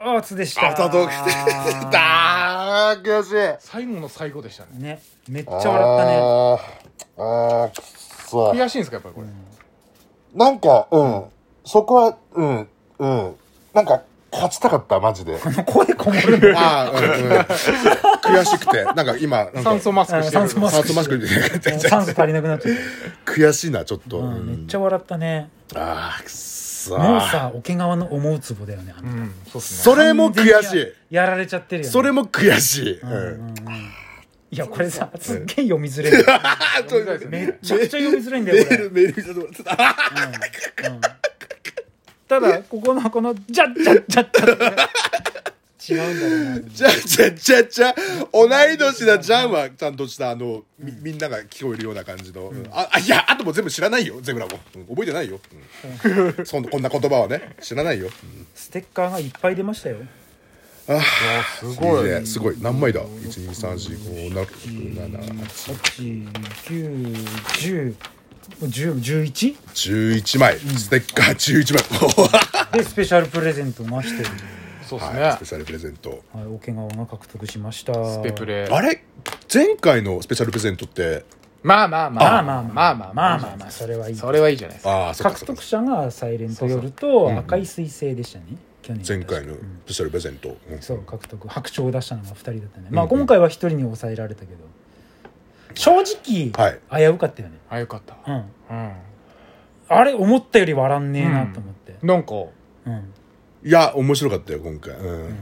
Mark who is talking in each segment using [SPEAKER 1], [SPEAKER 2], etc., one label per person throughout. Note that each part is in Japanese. [SPEAKER 1] アーツでした。
[SPEAKER 2] アフタートークしてたー悔しい
[SPEAKER 3] 最後の最後でした ね
[SPEAKER 1] ね、めっちゃ笑ったね。
[SPEAKER 2] あーあーくっそ
[SPEAKER 3] 悔しいんですかやっぱりこれ、
[SPEAKER 2] なんかうんそこはうんうんなんか勝ちたかったマジで
[SPEAKER 1] この声こもるの。
[SPEAKER 2] ああうんうん悔しくてなんか今なんか
[SPEAKER 3] 酸素マスクしてる
[SPEAKER 1] 酸素マ
[SPEAKER 2] 酸素マスクに
[SPEAKER 1] 酸素足りなくなっちゃっ
[SPEAKER 2] 悔しいなちょっと、
[SPEAKER 1] た。
[SPEAKER 2] う
[SPEAKER 1] うんめっ
[SPEAKER 2] ん
[SPEAKER 1] ちゃ笑ったね。
[SPEAKER 2] ああくっそー
[SPEAKER 1] もうさ、桶川の思うツボだよね。あの
[SPEAKER 3] うんそうっすね
[SPEAKER 2] それも悔し
[SPEAKER 1] 完全
[SPEAKER 2] い
[SPEAKER 1] にややられちゃってるよね。
[SPEAKER 2] それも悔しい、うん
[SPEAKER 1] いや、これさ、すっげえ読みづれる。
[SPEAKER 2] あちょっと待って
[SPEAKER 1] めっちゃくちゃ読みづらいんだ
[SPEAKER 2] メ
[SPEAKER 1] よ、こ
[SPEAKER 2] ー
[SPEAKER 1] れ
[SPEAKER 2] ル。メールちょっと待ってあ
[SPEAKER 1] ただ、ここの、この、じゃっじゃっじゃっじゃ違うんだろうな。
[SPEAKER 2] じゃじゃじゃじゃ同い年だじゃんはちゃんとしたあのみみんなが聞こえるような感じの、うんああいやあともう全部知らないよゼブラも、うん覚えてないよ、うん、そんなこんな言葉はね知らないよ、
[SPEAKER 1] ステッカーがいっぱい出ましたよ。
[SPEAKER 3] す
[SPEAKER 2] すごいねすごい何枚だ1 2 3 4 5 6 7
[SPEAKER 1] 8、9、10、10、11?
[SPEAKER 2] 11枚、ステッカー11枚
[SPEAKER 1] で、スペシャルプレゼントましてる。
[SPEAKER 3] そうですね、
[SPEAKER 2] はいスペシャルプレゼント
[SPEAKER 1] はい、桶川が獲得しました。
[SPEAKER 3] ス
[SPEAKER 1] ス
[SPEAKER 3] ペプレ
[SPEAKER 2] あれ前回のスペシャルプレゼントって
[SPEAKER 3] まあまあま
[SPEAKER 1] ま
[SPEAKER 3] あ
[SPEAKER 1] あまあま
[SPEAKER 3] ま
[SPEAKER 1] あ
[SPEAKER 3] あ
[SPEAKER 1] ま
[SPEAKER 3] ま
[SPEAKER 1] あ
[SPEAKER 3] あ
[SPEAKER 1] まあまあまあ、それはいい。
[SPEAKER 3] それはいいじゃないですか
[SPEAKER 2] ああそっか
[SPEAKER 1] 獲
[SPEAKER 2] そっ
[SPEAKER 1] 得
[SPEAKER 2] か
[SPEAKER 1] 者がサイレント夜と赤い彗星でしたね。去年。
[SPEAKER 2] 前回のスペシャルプレゼント、うん
[SPEAKER 1] そう獲得白鳥を出したのが2人だったね、まあ今回は1人に抑えられたけど正直、
[SPEAKER 2] はい
[SPEAKER 1] 危うかったよね、
[SPEAKER 3] あよかった
[SPEAKER 1] うん、
[SPEAKER 3] うん
[SPEAKER 1] あれ思ったより笑んねえなと思って、
[SPEAKER 3] なんか
[SPEAKER 1] うん
[SPEAKER 2] いや面白かったよ今回、うん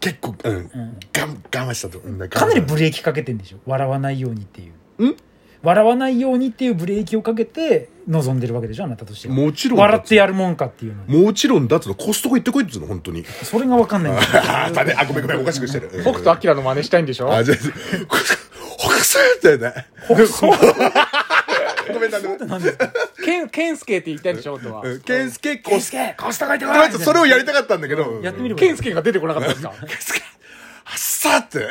[SPEAKER 2] 結構、うんがん我慢したと、うん
[SPEAKER 1] かなり
[SPEAKER 2] 我慢
[SPEAKER 1] ブレーキかけてんでしょ笑わないようにっていうん笑わないようにっていうブレーキをかけて望んでるわけでしょあなたとしては
[SPEAKER 2] もちろん
[SPEAKER 1] 笑ってやるもんかっていうの
[SPEAKER 2] もちろんだっつうのコストコ行ってこいっつうの本 当に
[SPEAKER 1] それが分かんないんだよ
[SPEAKER 2] ああねあごめんごめんおかしくしてる、うん
[SPEAKER 3] 僕とアキラの真似したいんでしょ
[SPEAKER 2] あじゃあ北斎だよねごめんなさい
[SPEAKER 3] ケンケンスケって言いたいんでしょ本当は
[SPEAKER 2] うん健介コス
[SPEAKER 1] ケコストコ行ってこい
[SPEAKER 2] ごめんなさいそれをやりたかったんだけど、うん
[SPEAKER 1] やってみれば
[SPEAKER 3] ケンスケが出てこなかったんです か
[SPEAKER 2] 健介あっさーって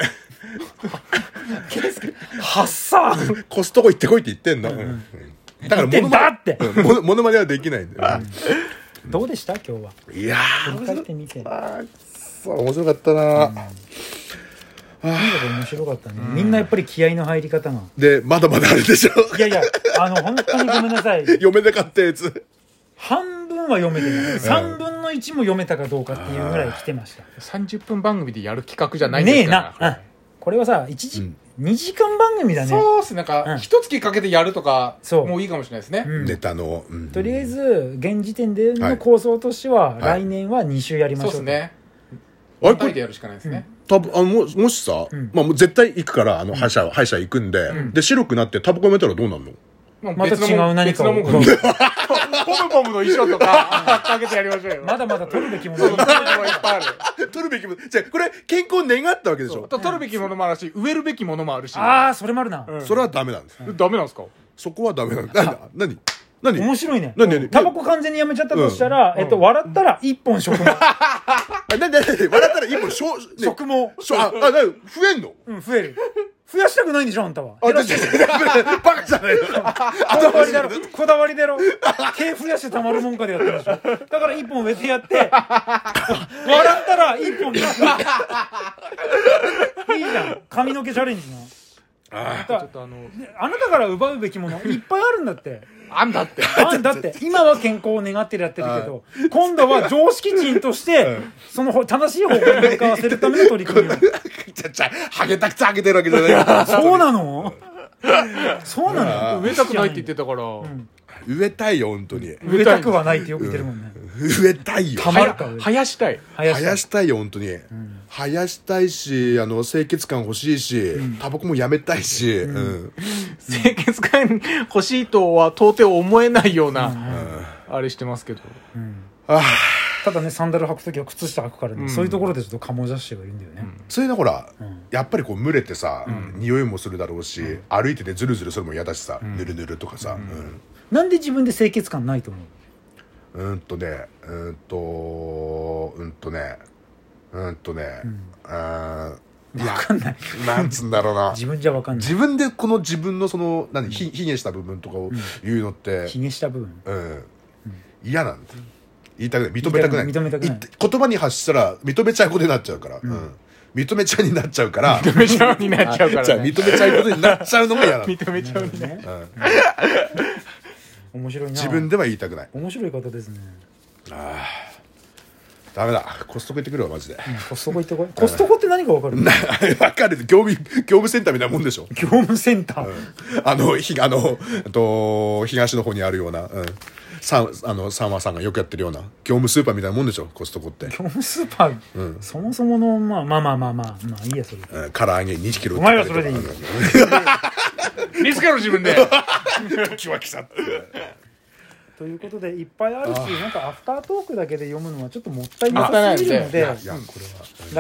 [SPEAKER 1] はっさー
[SPEAKER 2] コストコ行ってこいって言ってんの、うんだから
[SPEAKER 1] 言ってんだって
[SPEAKER 2] うんモノモノマネはできないんだよ、
[SPEAKER 1] どうでした今日はい
[SPEAKER 2] や
[SPEAKER 1] 振り返ってみて
[SPEAKER 2] ーくそ面白かったな、
[SPEAKER 1] とにかく面白かったね、みんなやっぱり気合の入り方が
[SPEAKER 2] でまだまだあるでしょ
[SPEAKER 1] いやいやあの本当にごめんなさい
[SPEAKER 2] 読めなかったやつ
[SPEAKER 1] 半分は読めてない3分の1も読めたかどうかっていうぐらい来てました
[SPEAKER 3] 30分番組でやる企画じゃないん
[SPEAKER 1] ね
[SPEAKER 3] で
[SPEAKER 1] え
[SPEAKER 3] す
[SPEAKER 1] な
[SPEAKER 3] か、
[SPEAKER 1] う
[SPEAKER 3] ら
[SPEAKER 1] んこれはさ1時、2時間番組だね
[SPEAKER 3] そうっすなん
[SPEAKER 1] う
[SPEAKER 3] か
[SPEAKER 1] ん
[SPEAKER 3] 一月かけてやるとか
[SPEAKER 1] そう
[SPEAKER 3] もういいかもしれないですね
[SPEAKER 1] うん
[SPEAKER 2] ネタの、うん
[SPEAKER 1] とりあえず現時点で
[SPEAKER 2] は
[SPEAKER 1] の
[SPEAKER 2] い
[SPEAKER 1] 構想としては、
[SPEAKER 2] はい
[SPEAKER 1] 来年は2週やりまし
[SPEAKER 3] そ
[SPEAKER 1] ょ
[SPEAKER 3] う
[SPEAKER 1] う
[SPEAKER 3] ですね
[SPEAKER 2] あれ
[SPEAKER 3] 一
[SPEAKER 2] こ
[SPEAKER 3] 人で
[SPEAKER 2] れ
[SPEAKER 3] やるしかないですね
[SPEAKER 2] 多分あのももしさ、まあ、もう絶対行くからあの歯医者歯医者行くんで、で白くなってタバコやめたらどうなんの
[SPEAKER 3] もう
[SPEAKER 1] また
[SPEAKER 3] 別の
[SPEAKER 1] 違う何かを
[SPEAKER 3] 別のもんポムポムの衣装とかかけてやりましょうよ
[SPEAKER 1] ま
[SPEAKER 3] だ
[SPEAKER 1] だまだ取るべきもの
[SPEAKER 3] そう
[SPEAKER 1] は
[SPEAKER 3] そ
[SPEAKER 1] いうっ
[SPEAKER 3] そう
[SPEAKER 1] ぱい
[SPEAKER 3] いっぱいある
[SPEAKER 2] 取るべきもじゃあこれ健康を願ったわけでし
[SPEAKER 3] そう
[SPEAKER 2] ょ
[SPEAKER 3] と取るべきものもあるし植えるべきものもあるし
[SPEAKER 1] ああそれもあるな、
[SPEAKER 2] それはダメなんです、
[SPEAKER 3] えダメなんですか
[SPEAKER 2] そこはダメなんですな何何
[SPEAKER 1] 面白いね
[SPEAKER 2] 何何
[SPEAKER 1] タバコ完全にやめちゃったとしたら、えっと、笑ったら1本食毛
[SPEAKER 2] あ何何何笑ったら今しょう、ね、
[SPEAKER 1] 食毛、
[SPEAKER 2] しょああ何増えんの
[SPEAKER 1] うん、増える増やしたくないんでしょあんたは
[SPEAKER 2] あ、だって、 バカじゃないよ。
[SPEAKER 1] こだわりだろこだわりだろ毛増やしてたまるもんかでやってるでしょだから一本植えてやって笑ったら一本になったいいじゃん髪の毛チャレンジな
[SPEAKER 3] ちょっとあの
[SPEAKER 1] あなたから奪うべきものいっぱいあるんだって
[SPEAKER 3] あんだって
[SPEAKER 1] あんだって今は健康を願ってやってるけど今度は常識人としてその正しい方向に向かわせるための取り組みを
[SPEAKER 2] ちゃちゃ、ハゲたくてハゲてるわけじゃないよ。
[SPEAKER 1] そうなのそうなの
[SPEAKER 3] 植えたくないって言ってたから
[SPEAKER 2] 植えたいよ、本当に。
[SPEAKER 1] 植えたくはないってよく言ってるもんね
[SPEAKER 2] 植えたいよ。
[SPEAKER 1] たまるか
[SPEAKER 3] 生やしたい
[SPEAKER 1] 生や
[SPEAKER 2] 生
[SPEAKER 1] した
[SPEAKER 2] やしたいよ本当に、生やしたいしあの清潔感欲しいし、タバコもやめたいし、うん
[SPEAKER 3] 清潔感欲しいとは到底思えないようなあれしてますけど
[SPEAKER 1] ただねサンダル履く時は靴下履くからね、そういうところでちょっとカモジャッシュがいるんだよね、
[SPEAKER 2] それでほら、やっぱりこう群れてさ、匂いもするだろうし、歩いててズルズルするのも嫌だしさ、ぬるぬるとかさ、うん
[SPEAKER 1] なんで自分で清潔感ないと思う
[SPEAKER 2] うん、とねうんとうんとねうんとねうん分かんないやなんつうんだろうな
[SPEAKER 1] 自分じゃわかんない
[SPEAKER 2] 自分でこの自分のその何ひひげした部分とかを言うのって、
[SPEAKER 1] ひげした部分
[SPEAKER 2] うん、嫌なんだよ言いたくない認めたくない
[SPEAKER 1] 言いたくない認めたくない
[SPEAKER 2] 言って言葉に発したら認めちゃうことになっちゃうから、うん認めちゃうになっちゃうから
[SPEAKER 3] 認めちゃうになっちゃうか
[SPEAKER 2] じゃ
[SPEAKER 3] ら、
[SPEAKER 2] あ認
[SPEAKER 3] ね
[SPEAKER 2] め。ちゃうことになっちゃうのが嫌な の
[SPEAKER 3] 認めちゃうになっちゃう。
[SPEAKER 1] 面白いな
[SPEAKER 2] 自分では言いたくない
[SPEAKER 1] 面白い方ですね
[SPEAKER 2] ダメだコストコ行ってくるわマジで
[SPEAKER 1] コストコ行ってこいコストコって何が分かる
[SPEAKER 2] な わかる業務業務センターみたいなもんでしょ
[SPEAKER 1] 業務センター、
[SPEAKER 2] あのひあのえっと東の方にあるような、うん、さんあの三和さんがよくやってるような業務スーパーみたいなもんでしょコストコって、
[SPEAKER 1] 業務スーパー、そもそもの、まあ、まあまあまあまあまあいいやそれ
[SPEAKER 2] うん、唐揚げ2キロ
[SPEAKER 1] お前はそれでいい
[SPEAKER 2] うん
[SPEAKER 3] 見つかる自分で。
[SPEAKER 2] キワキさ
[SPEAKER 1] ということでいっぱいあるしなんかアフタートークだけで読むのはちょっともったいな
[SPEAKER 3] あ
[SPEAKER 1] さすぎるので
[SPEAKER 2] いやこれは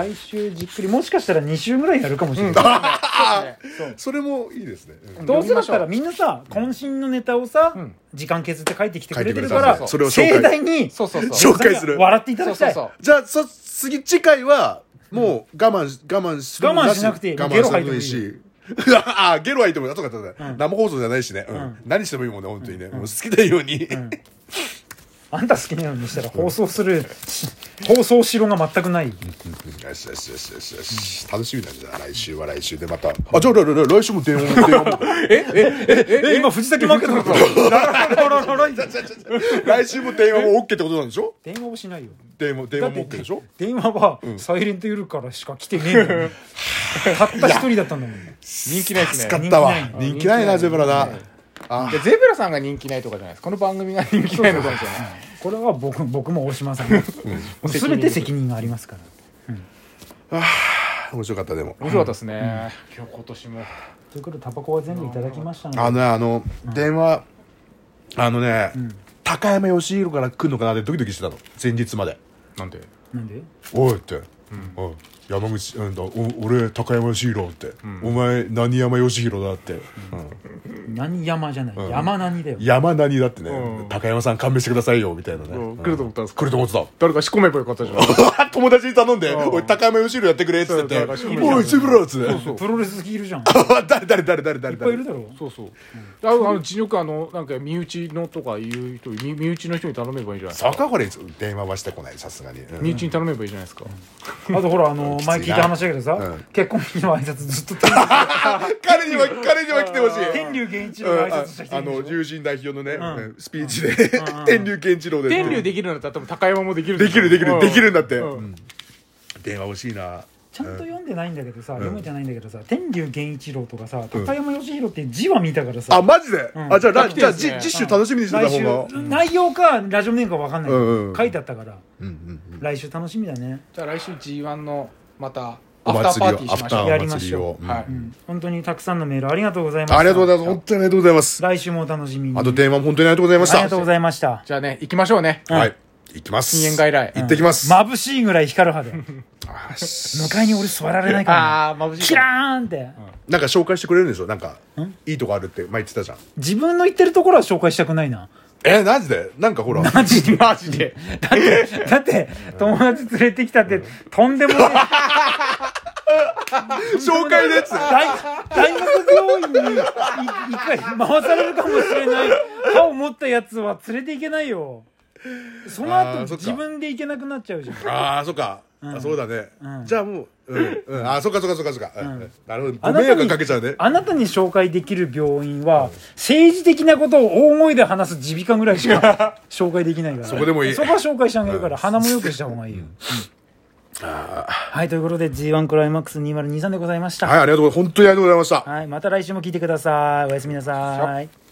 [SPEAKER 1] 来週じっくりもしかしたら2週ぐらいやるかもしれない、
[SPEAKER 2] それもいいですね、うん
[SPEAKER 1] どうせだったらみんなさ渾身のネタをさ、時間削って書いてきてくれてるから
[SPEAKER 2] 書いてくれたんだそれを紹介
[SPEAKER 1] 盛大に
[SPEAKER 3] そうそうそう。
[SPEAKER 2] 紹介する
[SPEAKER 1] 笑っていただきたい
[SPEAKER 3] そうそう
[SPEAKER 2] じゃあそ次次回はもう我慢し我慢する
[SPEAKER 1] 我慢しなくていい
[SPEAKER 2] 我慢しなくていいし ああゲロ吐いてもいいあそうかそうか、生放送じゃないしね、うん何してもいいもんね本当にね、もう好きなように、
[SPEAKER 1] あんた好きなようにしたら放送する、放送しろが全くない
[SPEAKER 2] よしよしよしよしよし楽しみだねじゃあ来週は来週でまたあじゃあ来来来週も電話も 電話も
[SPEAKER 1] え今藤崎マーケットのこと
[SPEAKER 2] 来週も電話も OK ってことなんでしょ
[SPEAKER 1] 電話をしないよ
[SPEAKER 2] 電話電話も OK でしょ
[SPEAKER 1] 電話はサイレント夜からしか来てねえのにたった一人だったんだもん
[SPEAKER 3] 人気ないですね。
[SPEAKER 2] 買ったわ
[SPEAKER 1] 人気
[SPEAKER 3] ない
[SPEAKER 2] 人気ないなゼブラだ
[SPEAKER 3] いやゼブラさんが人気ないとかじゃないです。この番組が人気ないのかもしれない。
[SPEAKER 1] これは僕僕も大島さんもう全て責任がありますから
[SPEAKER 2] 面白かったでも
[SPEAKER 3] 面白かったですね。今日今年も。
[SPEAKER 1] ということでタバコは全部いただきましたので
[SPEAKER 2] あのねあの電話あのね高山義弘から来るのかなってドキドキしてたの前日まで
[SPEAKER 3] なんで。
[SPEAKER 1] なんで
[SPEAKER 2] おいっておい山口うんだお俺高山義弘ってお前何山義弘だってうん
[SPEAKER 1] 何山じゃない山何だよ
[SPEAKER 2] 山何だってね、
[SPEAKER 3] うん
[SPEAKER 2] 高山さん勘弁してくださいよみたいなね、
[SPEAKER 3] うん来ると思ったんですか
[SPEAKER 2] 来ると思ってた
[SPEAKER 3] 誰か仕込めばよかったじゃん。
[SPEAKER 2] 友達に頼んで「
[SPEAKER 3] うん
[SPEAKER 2] おい高山義弘やってくれ」っつってて
[SPEAKER 3] そう
[SPEAKER 2] 「おいセブラー」っつって
[SPEAKER 1] プロレス好きいるじゃんいっ
[SPEAKER 2] 誰誰誰誰誰
[SPEAKER 1] ぱいい
[SPEAKER 2] 誰
[SPEAKER 1] るだろ
[SPEAKER 3] そうそう。あのあの地獄あのなんか身内のとかいう人身身内の人に頼めばいいじゃないですか。
[SPEAKER 2] 坂堀電話はしてこないさすがに、うん
[SPEAKER 3] 身内に頼めばいいじゃないですか。
[SPEAKER 1] あとほらあの前聞いた話だけど
[SPEAKER 2] う
[SPEAKER 1] さ
[SPEAKER 2] ん
[SPEAKER 1] 結婚日の挨拶ずっと天竜
[SPEAKER 2] 彼には彼には来てほしい
[SPEAKER 1] 天竜源一郎
[SPEAKER 2] うん
[SPEAKER 1] が挨
[SPEAKER 2] あ
[SPEAKER 1] 拶した人
[SPEAKER 2] あ
[SPEAKER 1] いる
[SPEAKER 2] の
[SPEAKER 1] でしょ
[SPEAKER 2] 友人代表のね、うんスピーチで 天竜健一郎で
[SPEAKER 3] 天竜できるんだったら多分高山もできる。
[SPEAKER 2] できるでき
[SPEAKER 3] う
[SPEAKER 2] る
[SPEAKER 3] ん
[SPEAKER 2] できるんだって、
[SPEAKER 3] うん
[SPEAKER 2] うん電話欲しいな
[SPEAKER 1] ちゃんと読んでないんだけどさ読めてないんだけどさ天竜源一郎とかさ高山義弘っていう字は見たから
[SPEAKER 2] あ
[SPEAKER 1] さ
[SPEAKER 2] マジで、
[SPEAKER 1] ん
[SPEAKER 2] あじゃあら
[SPEAKER 3] 来
[SPEAKER 2] じ
[SPEAKER 3] て
[SPEAKER 2] ゃあ
[SPEAKER 3] るんです
[SPEAKER 2] じ
[SPEAKER 3] ね
[SPEAKER 2] 次週楽しみにしてた
[SPEAKER 1] 来
[SPEAKER 2] 方
[SPEAKER 1] 週
[SPEAKER 2] が
[SPEAKER 1] 内容かラジオネームか分かんないけ
[SPEAKER 2] うんうん
[SPEAKER 1] ど書いてあったから
[SPEAKER 2] うんうんうん
[SPEAKER 1] 来週楽しみだね
[SPEAKER 3] じゃあ来週 G1 のまた
[SPEAKER 2] お
[SPEAKER 3] アフターパ
[SPEAKER 2] 祭り
[SPEAKER 3] ー
[SPEAKER 2] を
[SPEAKER 3] ティーしま
[SPEAKER 2] ア
[SPEAKER 3] しょ
[SPEAKER 2] フ
[SPEAKER 3] う。
[SPEAKER 2] ター
[SPEAKER 1] や
[SPEAKER 2] お
[SPEAKER 1] りま
[SPEAKER 2] 祭
[SPEAKER 1] し
[SPEAKER 2] りを
[SPEAKER 1] ょ
[SPEAKER 2] うん
[SPEAKER 3] はい。
[SPEAKER 1] 本当にたくさんのメールありがとうございました
[SPEAKER 2] ありがとうございます。本当にありがとうございます。
[SPEAKER 1] 来週もお楽しみに
[SPEAKER 2] あと電話も本当にありがとうございまし
[SPEAKER 1] あり
[SPEAKER 2] た。
[SPEAKER 1] がとうございました
[SPEAKER 3] じゃあね行きましょうね。
[SPEAKER 2] はい。行きます。
[SPEAKER 3] 禁煙外来
[SPEAKER 2] 行ってきます。
[SPEAKER 1] 眩しいぐらい光る肌
[SPEAKER 2] あし
[SPEAKER 1] 向かいに俺座られないから
[SPEAKER 3] ああ眩
[SPEAKER 1] な
[SPEAKER 3] しい
[SPEAKER 1] キ
[SPEAKER 3] か
[SPEAKER 1] ラ
[SPEAKER 3] ら。
[SPEAKER 1] ーンって
[SPEAKER 2] なんか紹介してくれるんでしょなんか、いいとこあるって前言ってたじゃん。
[SPEAKER 1] 自分の言ってるところは紹介したくない な
[SPEAKER 2] え、マジでなんかほら、
[SPEAKER 1] マジで
[SPEAKER 3] マジで。
[SPEAKER 1] だって、だって、友達連れてきたって、とんでもね
[SPEAKER 2] 紹介のやつ
[SPEAKER 1] え、大大学病院にい一回回されるかもしれない歯を持ったやつは連れていけないよ。その
[SPEAKER 2] あー
[SPEAKER 1] 後、
[SPEAKER 2] そっか
[SPEAKER 1] 自分で行けなくなっちゃうじゃん。
[SPEAKER 2] ああ、そっか。あそうだね。じゃあもう、うん、うん。あ、そっかそっかそっかそっか。うんなるほど。ご迷惑かけちゃうね。
[SPEAKER 1] あなたに紹介できる病院は、政治的なことを大声で話す耳鼻科ぐらいし か紹介できないから。そ
[SPEAKER 2] こでもいい
[SPEAKER 1] そこは紹介してあげるから、鼻も良くした方がいいよ。うんはい、ということで G1 クライマックス2023でございました。
[SPEAKER 2] はい、ありがとうございます。本当にありがとうございました。
[SPEAKER 1] はい、また来週も聞いてください。おやすみなさい。